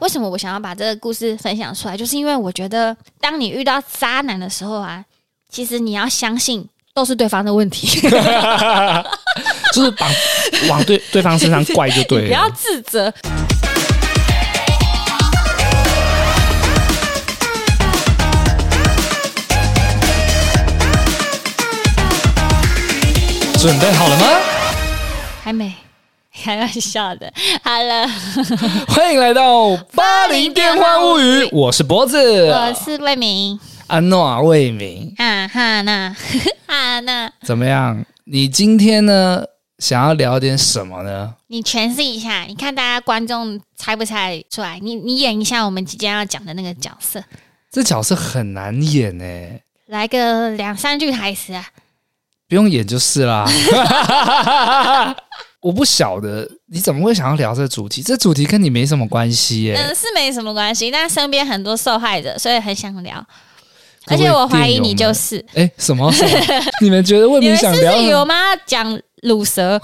为什么我想要把这个故事分享出来，就是因为我觉得，当你遇到渣男的时候啊，其实你要相信都是对方的问题， 就是把往对对方身上怪就对 啊不要了。自责。准备好了吗？还没，开玩笑的。好了，欢迎来到《八零电话物语》，我是脖子，我是魏明安诺魏明。啊哈那 啊那，怎么样？你今天呢？想要聊点什么呢？你诠释一下，你看大家观众猜不猜出来？你你演一下我们即将要讲的那个角色，这角色很难演哎、来个两三句台词啊。不用演就是 啦。我不晓得你怎么会想要聊这主题，这主题跟你没什么关系耶、嗯，是没什么关系，但身边很多受害者，所以很想聊。各而位且我怀疑电友你就们是，哎、什么？什么你们觉得魏你明们是想不聊什是以为么我们要讲乳 蛇？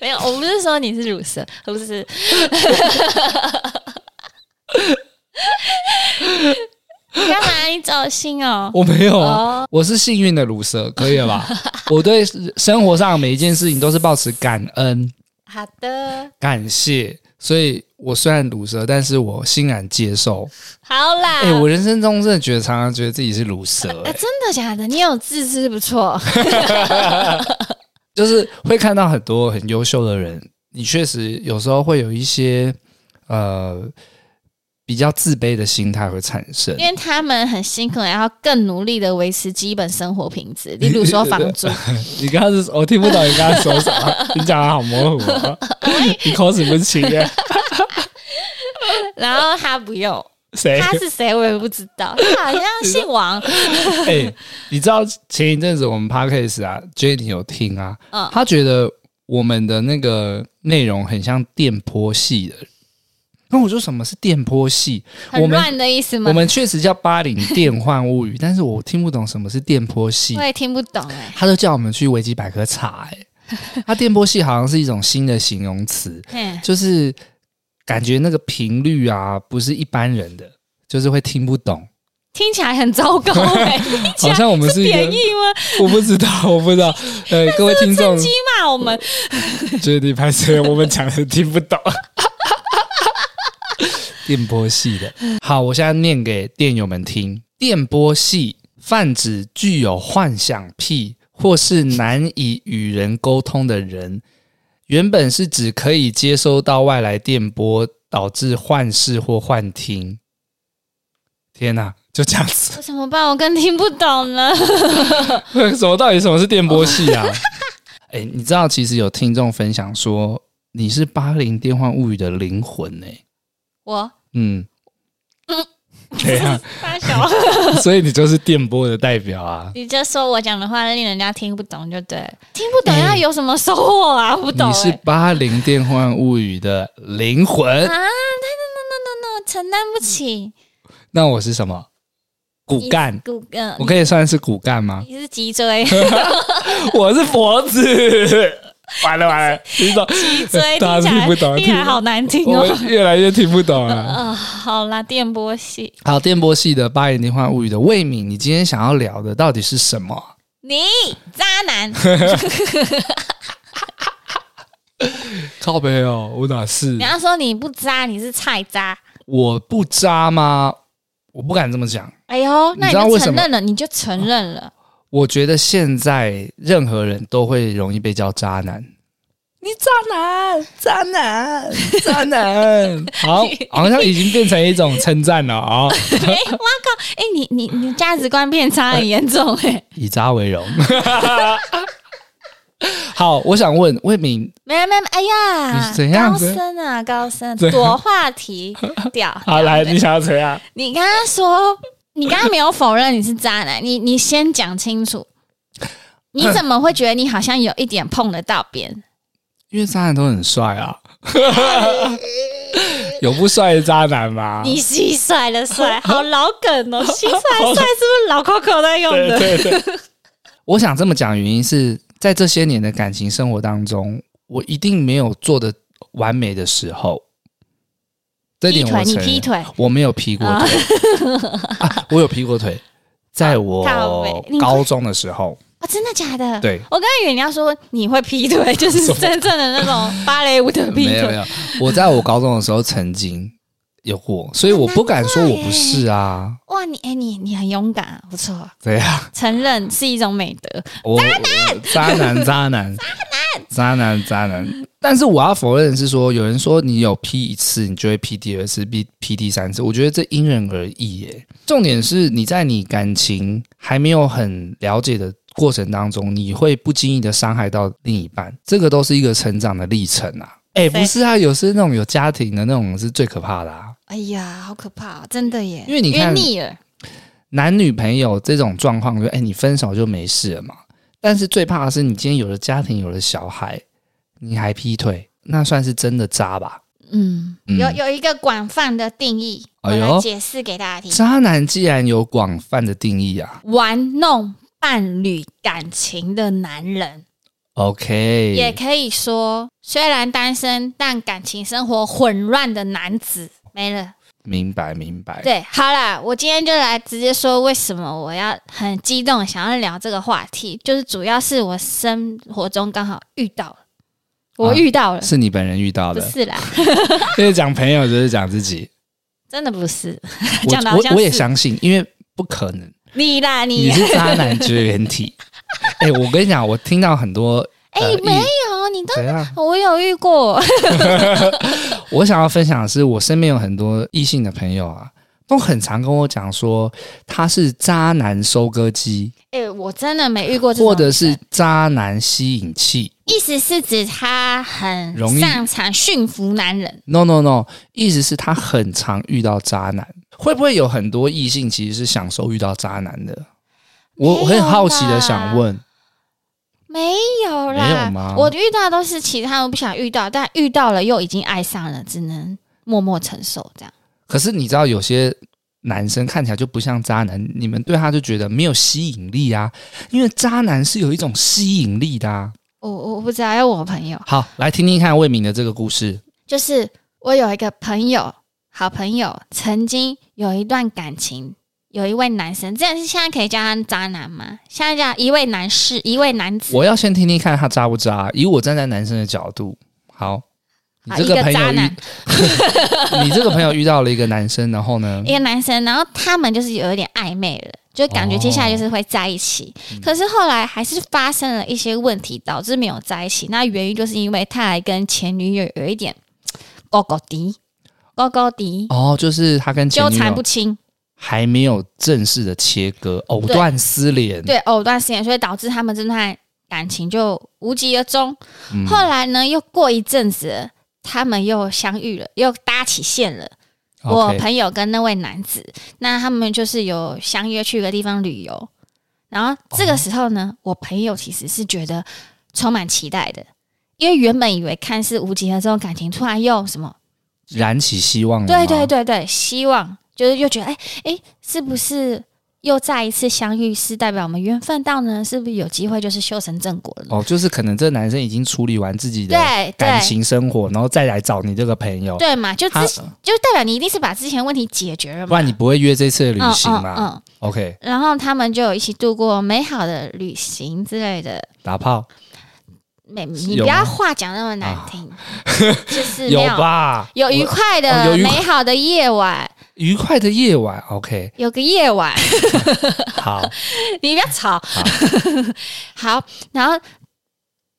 没有，我不是说你是乳蛇，我不是。干嘛？你走心哦？我没有啊，哦，我是幸运的 乳蛇，可以了吧？我对生活上每一件事情都是抱持感恩、好的，感谢，所以我虽然乳蛇，但是我欣然接受。好啦。哎、我人生中真的觉得常常觉得自己是乳蛇、 啊哎真的假的？你有自知不 错。就是会看到很多很优秀的人，你确实有时候会有一些呃比较自卑的心态会产生。因为他们很辛苦，然后更努力的维持基本生活品质，例如说房 租。你刚刚是我听不懂你刚刚说啥，你讲的好模 糊、哦，你口齿不清耶。然后他不用，谁？他是谁我也不知道，他好像姓王。哎、你知道前一阵子我们 podcast 啊，Jenny 有听啊，嗯她觉得我们的那个内容很像电波系的。那我说什么是电波系？我很们乱的意思吗我？们确实叫八零电幻物语，但是我听不懂什么是电波系我，也听不懂哎、他就叫我们去维基百科查、欸。哎，它电波系好像是一种新的形容词，嘿就是感觉那个频率啊，不是一般人的，就是会听不懂，听起来很糟 糕哎、听起好来像我们是一贬个义，吗？我不知道，我不知道。呃，各位听众趁机骂我们，觉得拍摄我们讲的听不懂。电波系的，好，我现在念给电友们听。电波系泛指具有幻想癖或是难以与人沟通的人，原本是指可以接收到外来电波，导致幻视或幻听。天哪、就这样子，我怎么办？我更听不懂了。 什么到底什么是电波系啊？ 哎、你知道其实有听众分享说你是《八零电话物语》的灵魂呢、欸我嗯，嗯 对啊， 发小，所以你就是电波的代表啊。你就说我讲的话令人家听不懂就对了，听不懂哎要有什么收获啊？我不懂、你欸。是《八零电幻物语》的灵魂啊，，那那那那那承担不起。那我是什么？骨干，骨嗯，我可以算是骨干吗？你是脊椎， 我是脖子， 完了完了，听懂？ 脊椎听大家起听不来懂听起来好难听我哦。们越来越听不懂了。啊，好啦，电波系，好，电波系的《八零电幻物语》的魏敏，你今天想要聊的到底是什么？你渣 男，靠背哦，我哪是你要说你不渣，你是菜渣。我不渣吗？我不敢这么讲。哎呦，那你知道就为什承么认了，你就承认了。我觉得现在任何人都会容易被叫渣 男。你渣男，渣男，渣男，好，好像已经变成一种称赞了啊、 哦！哎，你你你价值观变差很严重哎。以渣为荣。 好，我想问魏敏， 没没没，哎呀你是，怎样高子深啊，高深，怎样躲话题，屌。 好来，你想要怎样？你刚刚说，你刚刚没有否认你是渣男，你你先讲清楚，你怎么会觉得你好像有一点碰得到边？因为渣男都很帅 啊，有不帅的渣男吗？你蟋蟀的蟀，好老梗哦，蟋蟀的蟀是不是老 Coco 在用的？ 对对。我想这么讲，原因是在这些年的感情生活当中，我一定没有做的完美的时候。这劈点我腿，承你认劈腿，我没有劈过啊腿、啊， 我有劈过腿，在我靠北啊你高中的时 候，啊，真的假的？对我刚刚以为你要说你会劈腿，就是真正的那种芭蕾舞的劈没有没腿。有，我在我高中的时候曾经有过，所以我不敢说我不是啊，哇，你哎、你你很勇敢啊，不错，对呀、承认是一种美德。我渣男，渣男，渣男，渣男，渣男。但是我要否认的是说，有人说你有 P 一次，你就会 P 第二次，P P 第三次。我觉得这因人而异耶。重点是你在你感情还没有很了解的过程当中，你会不经意的伤害到另一半，这个都是一个成长的历程啊。哎、对不是啊，有时那种有家庭的那种是最可怕的啊。哎呀，好可怕、啊，真的耶！因为你看腻了，男女朋友这种状况，就哎、你分手就没事了嘛。但是最怕的是，你今天有了家庭，有了小孩，你还劈腿，那算是真的渣吧？嗯，嗯有有一个广泛的定义，我哎呦来解释给大家听：渣男既然有广泛的定义啊玩弄伴侣感情的男人，也，OK，可以说虽然单身，但感情生活混乱的男子。没了。明白明白。对，好啦，我今天就来直接说为什么我要很激动，想要聊这个话题，就是主要是我生活中刚好遇到了，我啊遇到了，是你本人遇到不的，是啦，就是讲朋友，就是讲自己。真的不是，我 讲得好像我我也是相信，因为不可能，你啦，你你，是渣男绝缘 体。哎、我跟你讲，我听到很多，哎、呃啊没有，你都怎样？我有遇过， 我想要分享的是，我身边有很多异性的朋友啊，都很常跟我讲说他是渣男收割机，哎、我真的没遇过哦这种，或者是渣男吸引器。意思是指他很容易擅长驯服男人， No No No，意思是他很常遇到渣男。会不会有很多异性其实是享受遇到渣男的？我我没有很好奇的吧想问，没有啦，没有吗我遇到都是其他我不想遇到，但遇到了又已经爱上了，只能默默承受这样。可是你知道有些男生看起来就不像渣男，你们对他就觉得没有吸引力啊，因为渣男是有一种吸引力的啊。我我不知道，要问我朋友，好，来听听看魏敏的这个故事。就是我有一个朋友，好朋友曾经有一段感情，有一位男生，这样现在可以叫他渣男吗？现在叫一位男士，一位男子，我要先听听看他渣不渣。以我站在男生的角度，好，你啊这一个朋渣友男遇， 你这个朋友遇到了一个男生，然后呢一，个男生，然后他们就是有一点暧昧了，就感觉接下来就是会在一起。哦嗯可是后来还是发生了一些问题，导致没有在一起。那原因就是因为他还跟前女友有一点勾勾迪，勾勾迪哦，就是他跟前纠女缠不友清，还没有正式的切割，藕断丝连。对藕断丝连，所以导致他们这段感情就无疾而终。嗯后来呢，又过一阵子了，他们又相遇了，又搭起线了。我 OK，朋友跟那位男子，那他们就是有相约去一个地方旅游，然后这个时候呢，哦我朋友其实是觉得充满期待的，因为原本以为看似无疾而终的感情，突然又什么？燃起希望了。对对，对对，希望就是又觉得，哎哎，是不是又再一次相遇是代表我们缘分到呢？是不是有机会就是修成正果了？哦，就是可能这男生已经处理完自己的对感对情生活，然后再来找你这个朋友，对嘛，就之他就代表你一定是把之前的问题解决了不嘛。然你不会约这次的旅行嗯嘛嗯嗯 OK，然后他们就有一起度过美好的旅行之类的。打炮没，你有不要吗啊话讲那么难听， 就是有没有吧？有愉快的、哦有愉快美好的夜晚，愉快的夜晚，OK，有个夜 晚，好， 你不要吵。 好，然后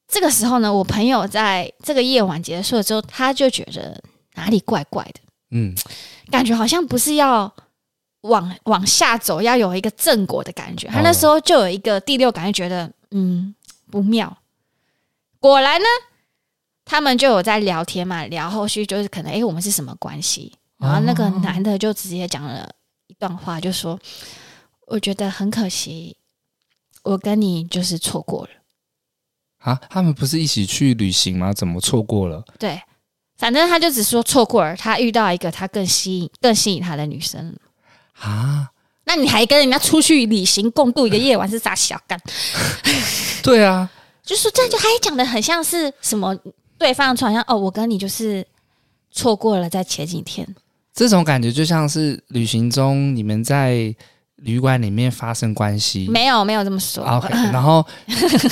这个时候呢，我朋友在这个夜晚结束了之后，他就觉得哪里怪怪的，嗯，感觉好像不是要。往往下走，要有一个正果的感觉。他那时候就有一个第六感，就觉得嗯不妙。果然呢，他们就有在聊天嘛，聊后续就是可能，诶，我们是什么关系？然后那个男的就直接讲了一段话，就说：“我觉得很可惜，我跟你就是错过了。啊，他们不是一起去旅行吗？怎么错过了？”对，反正他就只说错过了，他遇到一个他更吸引、更吸引他的女生了。啊？那你还跟人家出去旅行共度一个夜晚是啥小干？对啊，就说这样就还讲的很像是什么对方传像哦，我跟你就是错过了在前几天，这种感觉就像是旅行中你们在旅馆里面发生关系，没有没有啊这么说。 OK，然后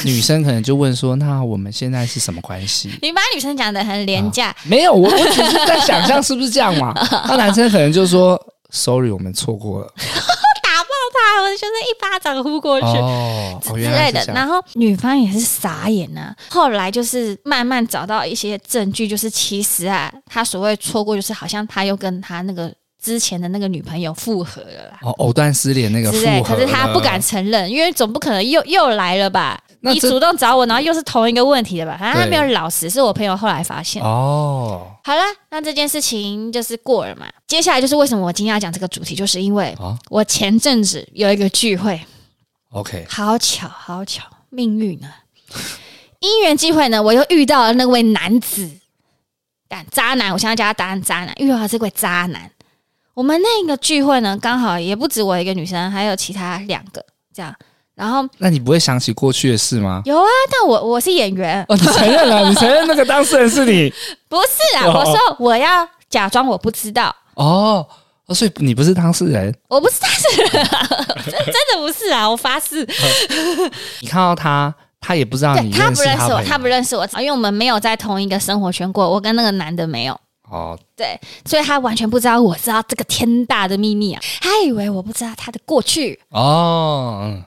女生可能就问说：“那我们现在是什么关系你把女生讲的很廉价，？”没有，我我只是在想象是不是这样 嘛？那男生可能就说：“Sorry，我们错过了。打爆他，我的就是一巴掌呼过”去。哦，哦之原来类是的，这样。然后女方也是傻眼啊。后来就是慢慢找到一些证据，就是其实啊，他所谓错过，就是好像他又跟他那个之前的那个女朋友复合了啦。哦，藕断丝连那个之复类，合，可是他不敢。承认，因为总不可能又又来了吧？那你这主动找我，然后又是同一个问题了吧？反正他对没有老实，是我朋友后来发现。哦好了，那这件事情就是过了嘛。接下来就是为什么我今天要讲这个主题，就是因为啊我前阵子有一个聚会， ，OK，好巧好巧，命运啊，因缘际会呢，我又遇到了那位男子，但渣男，我现在叫他答案渣男，遇到他这位渣男。我们那个聚会呢，刚好也不止我一个女生，还有其他两个这样。然后那你不会想起过去的事吗？有啊，但我我是演员，哦，你承认了，你承认那个当事人是你。不是啊，哦我说我要假装我不知道， 哦，哦所以你不是当事人。我不是 大事人啊，真真的不是啊，我发誓。你看到他，他也不知道对啊你他不识认识我，朋友他不认识我，因为我们没有在同一个生活圈过，我跟那个男的没有。哦，对，所以他完全不知道我知道这个天大的秘密啊！他以为我不知道他的过去。哦，嗯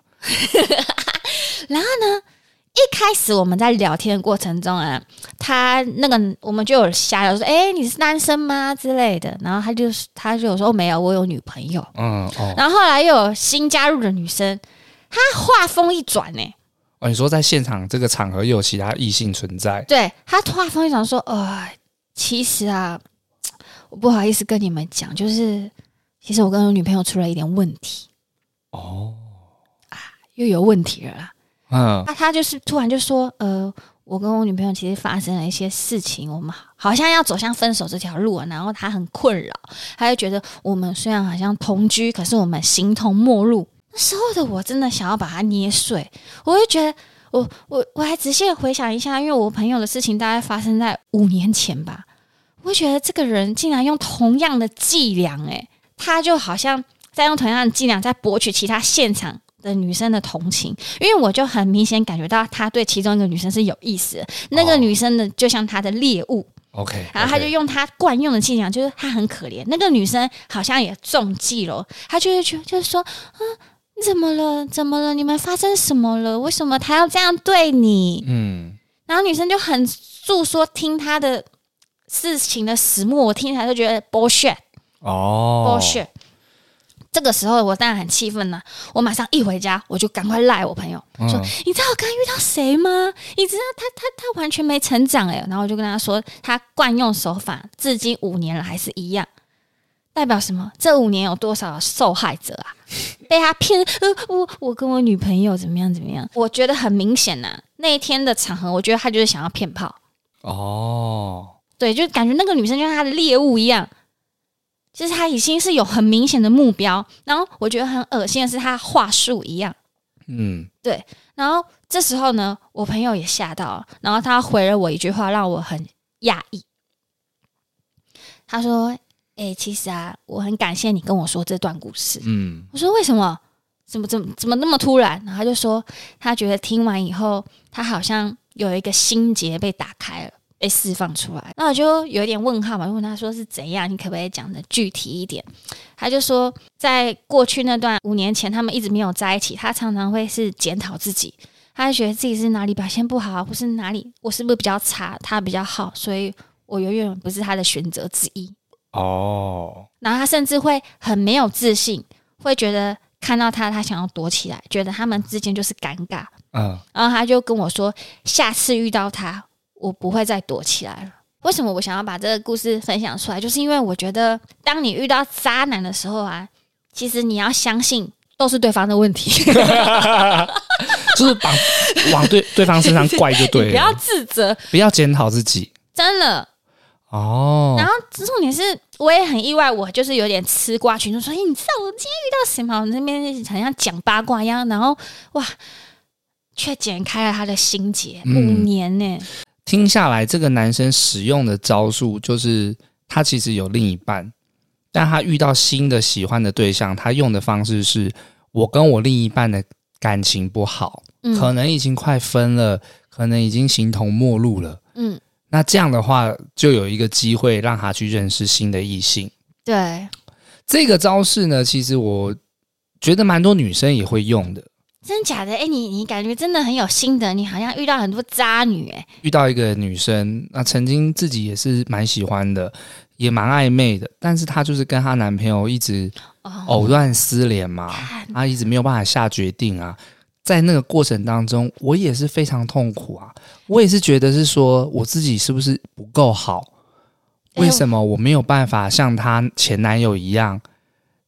一开始我们在聊天的过程中啊，他那个我们就有瞎聊说：“哎、你是单身吗？”之类的。然后他就他就有说：“哦没有，我有女朋友。嗯，哦”，然后后来又有新加入的女生，她话锋一转呢、哎哦，你说在现场这个场合又有其他异性存在，对他突然风一转说：“呃，其实啊，我不好意思跟你们讲，就是其实我跟我女朋友出了一点问题，啊哦，又有问题了啦。嗯，那他就是突然就说：呃，我跟我女朋友其实发生了一些事情，我们好像要走向分手这条路了。然后他很困扰，他就觉得我们虽然好像同居，可是我们形同陌路。那时候的我真的想要把他捏碎，我就觉得。”我我我还仔细地回想一下，因为我朋友的事情大概发生在五年前吧，我觉得这个人竟然用同样的伎俩，诶，他就好像在用同样的伎俩在博取其他现场的女生的同情，因为我就很明显感觉到他对其中一个女生是有意思的，那个哦女生呢就像他的猎物， ，OK，然后他就用他惯用的伎俩，就是他很可怜，那个女生好像也中计了，他就会觉得就是说啊。你怎么了？怎么了？你们发生什么了？为什么他要这样对你？嗯，然后女生就很诉说听他的事情的始末，我听起来就觉得 bullshit 哦 bullshit。这个时候我当然很气愤呐，我马上一回家我就赶快赖我朋友，说嗯，你知道我刚刚遇到谁吗？你知道他他他完全没成长哎、然后我就跟他说，他惯用手法至今五年了还是一样，代表什么？这五年有多少受害者啊？ 被他骗？呃，我我跟我女朋友怎么样怎么样？我觉得很明显呐、那一天的场合，我觉得他就是想要骗炮，哦，对，就感觉那个女生就像他的猎物一样。就是他已经是有很明显的目标，然后我觉得很恶心的是他话术一样。嗯，然后这时候呢，我朋友也吓到了，然后他回了我一句话，让我很讶异。他说：“哎、其实啊，我很感谢你跟我说这段故事。嗯，”我说：“为什么？怎么怎么怎么那么突然？”然后他就说：“他觉得听完以后，他好像有一个心结被打开了，被释放出来。”那我就有点问号嘛，就问他说：“是怎样？你可不可以讲的具体一点？”他就说，在过去那段五年前，他们一直没有在一起，他常常会是检讨自己，他会觉得自己是哪里表现不好，或是哪里我是不是比较差，他比较好，所以我永远不是他的选择之一。哦，然后他甚至会很没有自信，会觉得看到他，他想要躲起来，觉得他们之间就是尴尬。嗯，然后他就跟我说，下次遇到他，我不会再躲起来了。为什么我想要把这个故事分享出来？就是因为我觉得，当你遇到渣男的时候啊，其实你要相信都是对方的问题，就是把往对对方身上怪就 你对啊不要了，自责，不要检讨自己。真的。哦，然后重点是，我也很意外，我就是有点吃瓜群众，说：“哎、你知道我今天遇到谁吗？”我那边很像讲八卦一样，然后哇，却剪开了他的心结，嗯五年呢、听下来，这个男生使用的招数就是他其实有另一半，但他遇到新的喜欢的对象，他用的方式是我跟我另一半的感情不好，嗯可能已经快分了，可能已经形同陌路了。嗯，那这样的话，就有一个机会让他去认识新的异性。对，这个招式呢，其实我觉得蛮多女生也会用的。真假的？哎、你你感觉真的很有心得，你好像遇到很多渣女、哎，遇到一个女生，那曾经自己也是蛮喜欢的，也蛮暧昧的，但是她就是跟她男朋友一直哦，藕断丝 连嘛，她啊一直没有办法下决定啊。在那个过程当中，我也是非常痛苦啊，我也是觉得是说我自己是不是不够好，哎呦为什么我没有办法像她前男友一样，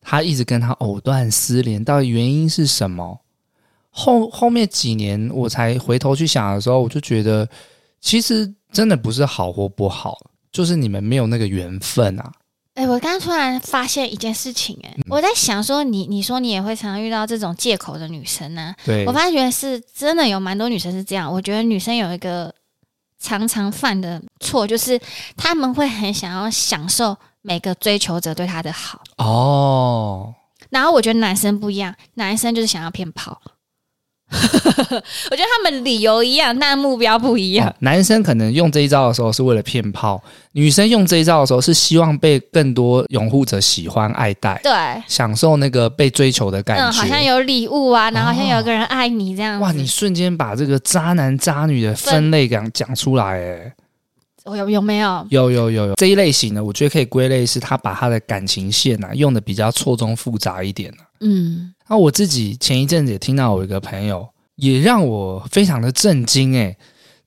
她一直跟她藕断丝连，到底原因是什么？后后面几年我才回头去想的时候，我就觉得其实真的不是好或不好，就是你们没有那个缘分啊。哎、我刚刚突然发现一件事情、哎、嗯我在想说你，你说你也会常遇到这种借口的女生啊呢、对我，发现是真的有蛮多女生是这样。我觉得女生有一个常常犯的错，就是她们会很想要享受每个追求者对她的好。哦，然后我觉得男生不一样，男生就是想要骗炮。我觉得他们理由一样，但目标不一样哦。男生可能用这一招的时候是为了骗炮，女生用这一招的时候是希望被更多拥护者喜欢爱戴，对，享受那个被追求的感觉。嗯，好像有礼物啊，然后好像有个人爱你这样子。哇，你瞬间把这个渣男渣女的分类讲讲出来，哎，我有有没有？有有有有这一类型的，我觉得可以归类是他把他的感情线啊用的比较错综复杂一点啊。嗯，那我自己前一阵子也听到我一个朋友，也让我非常的震惊，哎，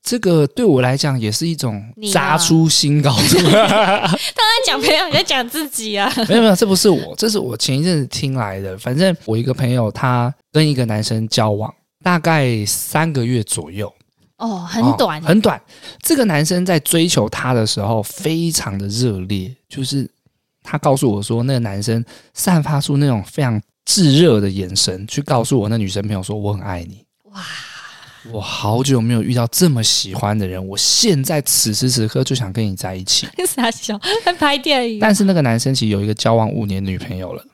这个对我来讲也是一种你啊砸出新高度。他在讲朋 友，你在讲自己啊。 没有没有，这不是我，这是我前一阵子听来的。反正我一个朋友，他跟一个男生交往大概三个月左右，哦，很短哦，很短。这个男生在追求她的时候非常的热烈，就是他告诉我说，那个男生散发出那种非常炙热的眼神，去告诉我那女生朋友说我很爱你。哇， 我好久没有遇到这么喜欢的人，我现在此时此刻就想跟你在一起。傻笑，在拍电影。但是那个男生其实有一个交往五年女朋友了，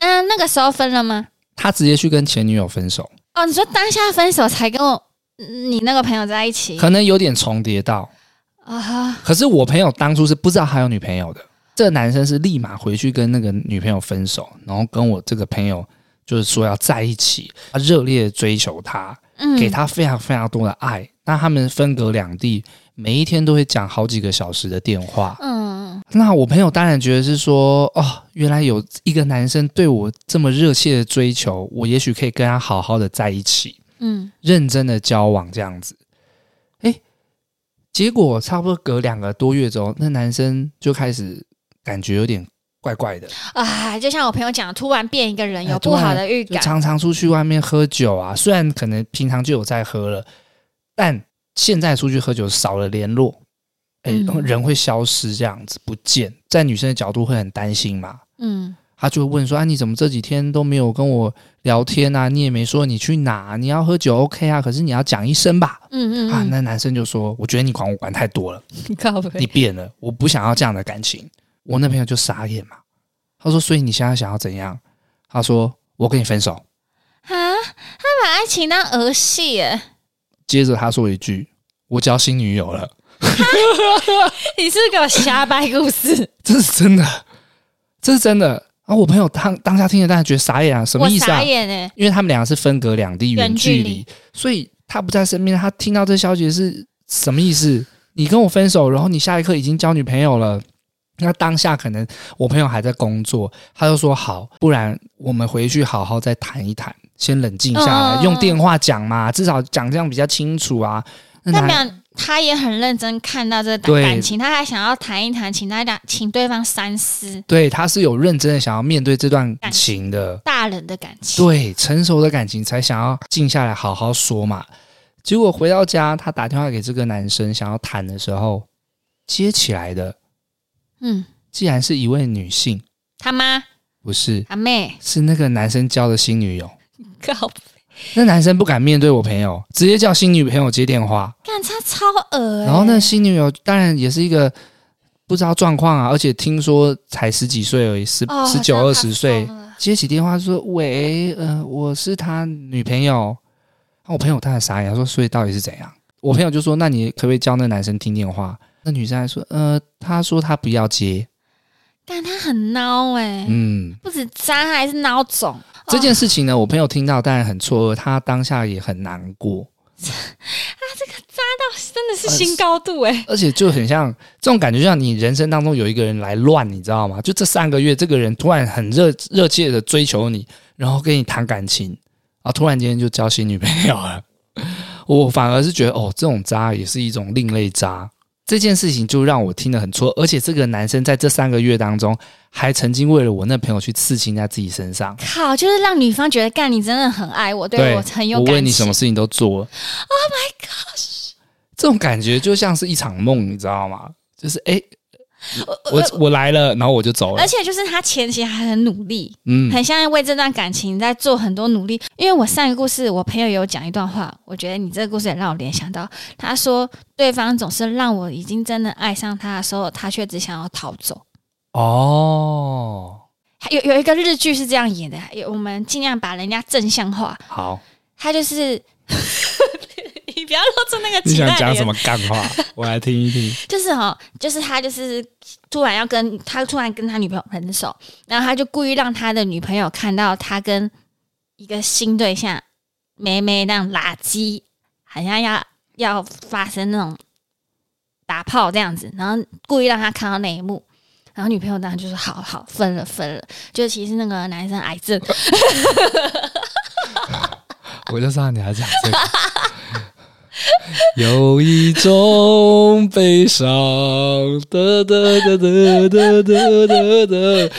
嗯，那个时候分了吗？他直接去跟前女友分手，哦，你说当下分手才跟我嗯你那个朋友在一起可能有点重叠到。啊哈？可是我朋友当初是不知道他有女朋友的，这个男生是立马回去跟那个女朋友分手，然后跟我这个朋友就是说要在一起，他热烈地追求她，嗯，给她非常非常多的爱。那他们分隔两地，每一天都会讲好几个小时的电话。嗯，那我朋友当然觉得是说，哦，原来有一个男生对我这么热切的追求，我也许可以跟他好好的在一起。嗯认真的交往这样子。哎，结果差不多隔两个多月之后，那男生就开始感觉有点怪怪的，嗯啊，就像我朋友讲，突然变一个人，哎有突不好然的预就感。常常出去外面喝酒啊。虽然可能平常就有在喝了，但现在出去喝酒少了联络，哎，嗯人会消失这样子不见，在女生的角度会很担心嘛。嗯他就会问说：“啊，你怎么这几天都没有跟我聊天啊？你也没说你去哪，你要喝酒 OK 啊？可是你要讲一声吧。”嗯嗯啊，嗯，那男生就说：“我觉得你管我管太多了，你靠你变了，我不想要这样的感情。”我那朋友就傻眼嘛，他说：“所以你现在想要怎样？”他说：“我跟你分手。啊，他把爱情当儿戏耶！” 接着他说一句：“我交新女友了。你是不是给我瞎掰故事？”这是真的，这是真的啊！我朋友当当下听了，当然觉得傻眼 啊，什么我意思啊傻？眼哎！因为他们两个是分隔两地远远距距离离，所以他不在身边，他听到这消息是什么意思？你跟我分手，然后你下一刻已经交女朋友了。那当下可能我朋友还在工作，他就说好，不然我们回去好好再谈一谈，先冷静下来，嗯嗯嗯用电话讲嘛，至少讲这样比较清楚啊。那代男表他也很认真看到这对段感情，他还想要谈一谈，请大家请对方三思，对他是有认真的想要面对这段感情的，大人的感情。对成熟的感情才想要静下来好好说嘛。结果回到家，他打电话给这个男生想要谈的时候，接起来的嗯，竟然是一位女性，他妈不是阿妹是那个男生交的新女友。靠那男生不敢面对我朋友，直接叫新女朋友接电话，干他超恶、欸，然后那新女友当然也是一个不知道状况啊，而且听说才十几岁而已，十哦十九真的二太十岁疯，了接起电话说：“喂，呃，我是他女朋友。”啊，我朋友当然傻眼，他说：“所以到底是怎样？”我朋友就说：“那你可不可以叫那男生听电话？”那女生还说：“呃，他说他不要接。干他很孬哎、”嗯，不止渣还是孬种。这件事情呢，我朋友听到当然很错愕，他当下也很难过，真的是新高度哎、而且就很像这种感觉，就像你人生当中有一个人来乱，你知道吗？就这三个月，这个人突然很热热切的追求你，然后跟你谈感情，然后突然间就交新女朋友了。 我反而是觉得，哦，这种渣也是一种另类渣。这件事情就让我听得很错，而且这个男生在这三个月当中，还曾经为了我那朋友去刺青在自己身上。靠，就是让女方觉得干你真的很爱我，对我很有我感情。为你什么事情都做。Oh my gosh！这种感觉就像是一场梦，你知道吗？就是哎、我我来了，然后我就走了呃而。且就是他前期还很努力，嗯，很像在为这段感情在做很多努力。因为我上一个故事，我朋友有讲一段话，我觉得你这个故事也让我联想到，他说对方总是让我已经真的爱上他的时候，他却只想要逃走。哦，有有一个日剧是这样演的，有我们尽量把人家正向化， 好，他就是 你不要露出那个你期想待讲的什脸，么干话？ 我来听一听。就是哦，就是他就是突然要跟他突然跟他女朋友分手，然后他就故意让他的女朋友看到他跟一个新对象妹妹那样垃圾，好像要要发生那种打炮这样子，然后故意让他看到那一幕。然后女朋友当然就说：“好好分了，分了。”就其实那个男生癌症，我就知啊道你要讲这个。 有一种悲伤，得得得得得得得得，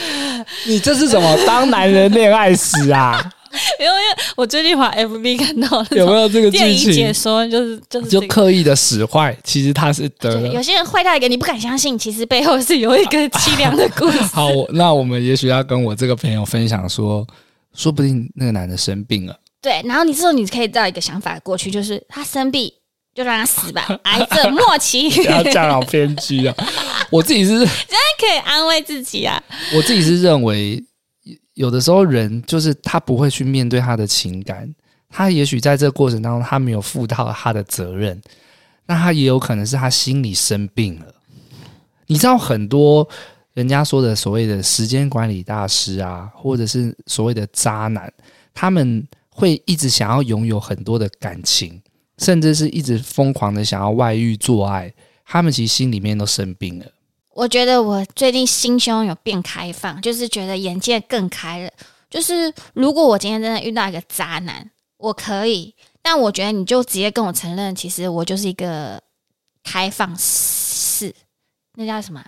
你这是什么？当男人恋爱时 啊？因为我最近滑 FB 看到那有没种有这个电剧影解情？说，就是就是这就个刻意的使坏，其实他是得对，有了。些人坏到一个你不敢相信，其实背后是有一 个凄凉的故事。好，我那我们也许要跟我这个朋友分享说，说不定那个男的生病了，对，然后你之后你可以到一个想法过去，就是他生病就让他死 吧，癌症末期，不 要这样偏激啊！我自己可是，以安慰自己啊。我自己是认为，有的时候人就是他不会去面对他的情感，他也许在这个过程当中，他没有负到他的责任，那他也有可能是他心里生病了。你知道很多人家说的所谓的时间管理大师啊，或者是所谓的渣男，他们会一直想要拥有很多的感情，甚至是一直疯狂的想要外遇做爱，他们其实心里面都生病了。我觉得我最近心胸有变开放，就是觉得眼界更开了。就是如果我今天真的遇到一个渣男，我可以，但我觉得你就直接跟我承认，其实我就是一个开放式，那叫什么啊？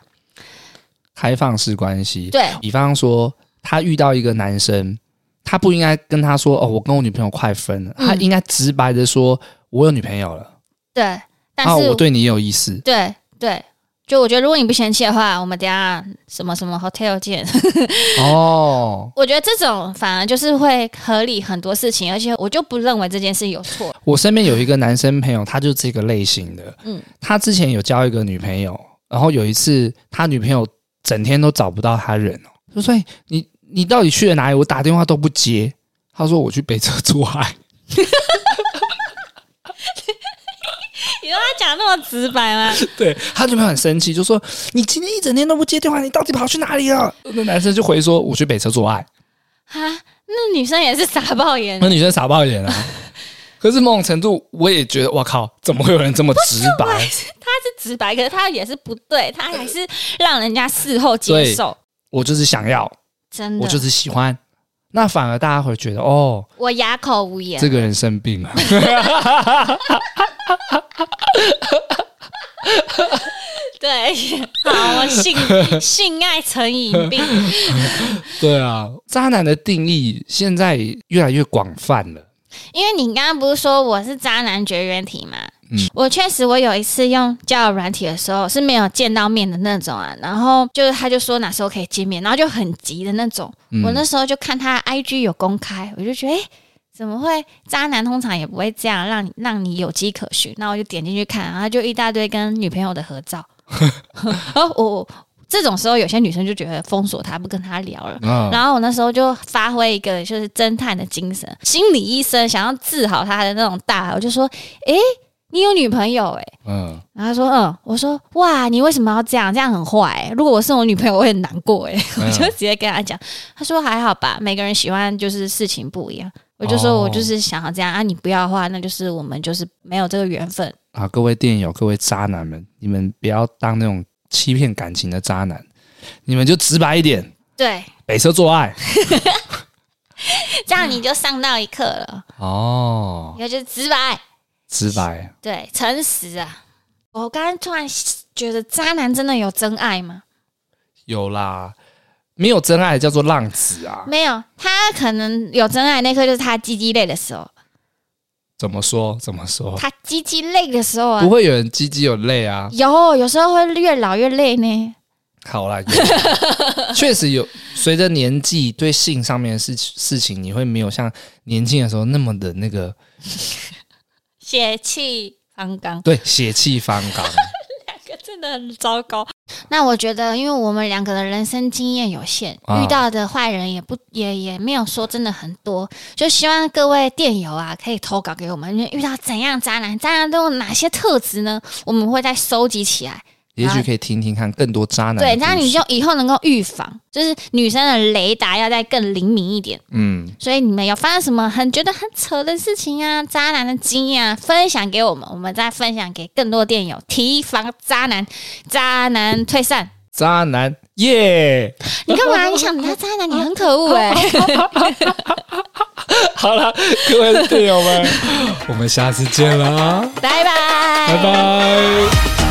开放式关系，对，比方说，他遇到一个男生，他不应该跟他说：“哦，我跟我女朋友快分了。嗯他应该直白的说：“我有女朋友了，对，但啊，是我对你也有 意思。对对，就我觉得如果你不嫌弃的话，我们等一下什么什么 hotel 见。” 哦，我觉得这种反而就是会合理很多事情，而且我就不认为这件事有错。我身边有一个男生朋友，他就是这个类型的。嗯嗯，他之前有交一个女朋友，然后有一次他女朋友整天都找不到他人哦，就说：“哎你你到底去了哪里？我打电话都不接。”他说：“我去北车做爱。 你让他讲那么直白吗？ 对他女朋友很生气，就说：“你今天一整天都不接电话，你到底跑去哪里了？”那男生就回说：“我去北车做爱。”啊，那女生也是傻爆眼那，女生傻爆 眼啊！可是某种程度，我也觉得，哇靠，怎么会有人这么直 白？是直白，可是她也是不对，她还是让人家事后接受。我就是想要，真的，我就是喜欢。那反而大家会觉得，哦，我哑口无言。这个人生病 了。对， 好，我性 性爱成瘾病。对啊，渣男的定义现在越来越广泛了。因为你刚刚不是说我是渣男绝缘体吗？嗯我确实，我有一次用交友软体的时候是没有见到面的那种啊，然后就是他就说哪时候可以见面，然后就很急的那种。嗯我那时候就看他 IG 有公开，我就觉得哎、诶怎么会？渣男通常也不会这样，让你让你有迹可循。那我就点进去看，然后就一大堆跟女朋友的合照。 哦，我我这种时候有些女生就觉得封锁他，不跟他聊了。嗯，然后我那时候就发挥一个就是侦探的精神，心理医生想要治好他的那种大，我就说：“诶，你有女朋友诶、嗯，然后他说：“嗯。”我说：“哇，你为什么要这样？这样很坏欸、如果我是我女朋友，我会很难过诶、嗯我就直接跟他讲。他说：“还好吧，每个人喜欢就是事情不一样。”我就说：“哦我就是想要这样、啊，你不要的话，那就是我们就是没有这个缘分。啊，各位电友、各位渣男们，你们不要当那种欺骗感情的渣男，你们就直白一点，对，北车做爱。这样你就上到一课了，哦，你看就是直白，直白，对，诚实啊。我刚刚突然觉得，渣男真的有真爱吗？有啦，没有真爱叫做浪子啊。没有，他可能有真爱那刻就是他鸡鸡累的时候，哦怎么说？怎么说？他鸡鸡累的时候啊不，会有人鸡鸡有累啊。有有时候会越老越累呢。好啦，有 确实有。随着年纪，对性上面的事事情，你会没有像年轻的时候那么的那个血气方刚，对血气方刚。 真的很糟糕。那我觉得，因为我们两个的人生经验有限，啊遇到的坏人也不也也没有说真的很多，就希望各位电友啊可以投稿给我们，因为遇到怎样渣男，渣男都有哪些特质呢？我们会再收集起来。也许可以听听看更多渣男的故对，事。那你就以后能够预防，就是女生的雷达要再更灵敏一点。嗯，所以你们有发生什么很觉得很扯的事情啊、渣男的经验啊，分享给我们，我们再分享给更多电友，提防渣男，渣男退散。渣男 耶。你干嘛？你想当渣男？你很可恶 哎、好了，各位队友们，我们下次见啦，拜拜，拜拜。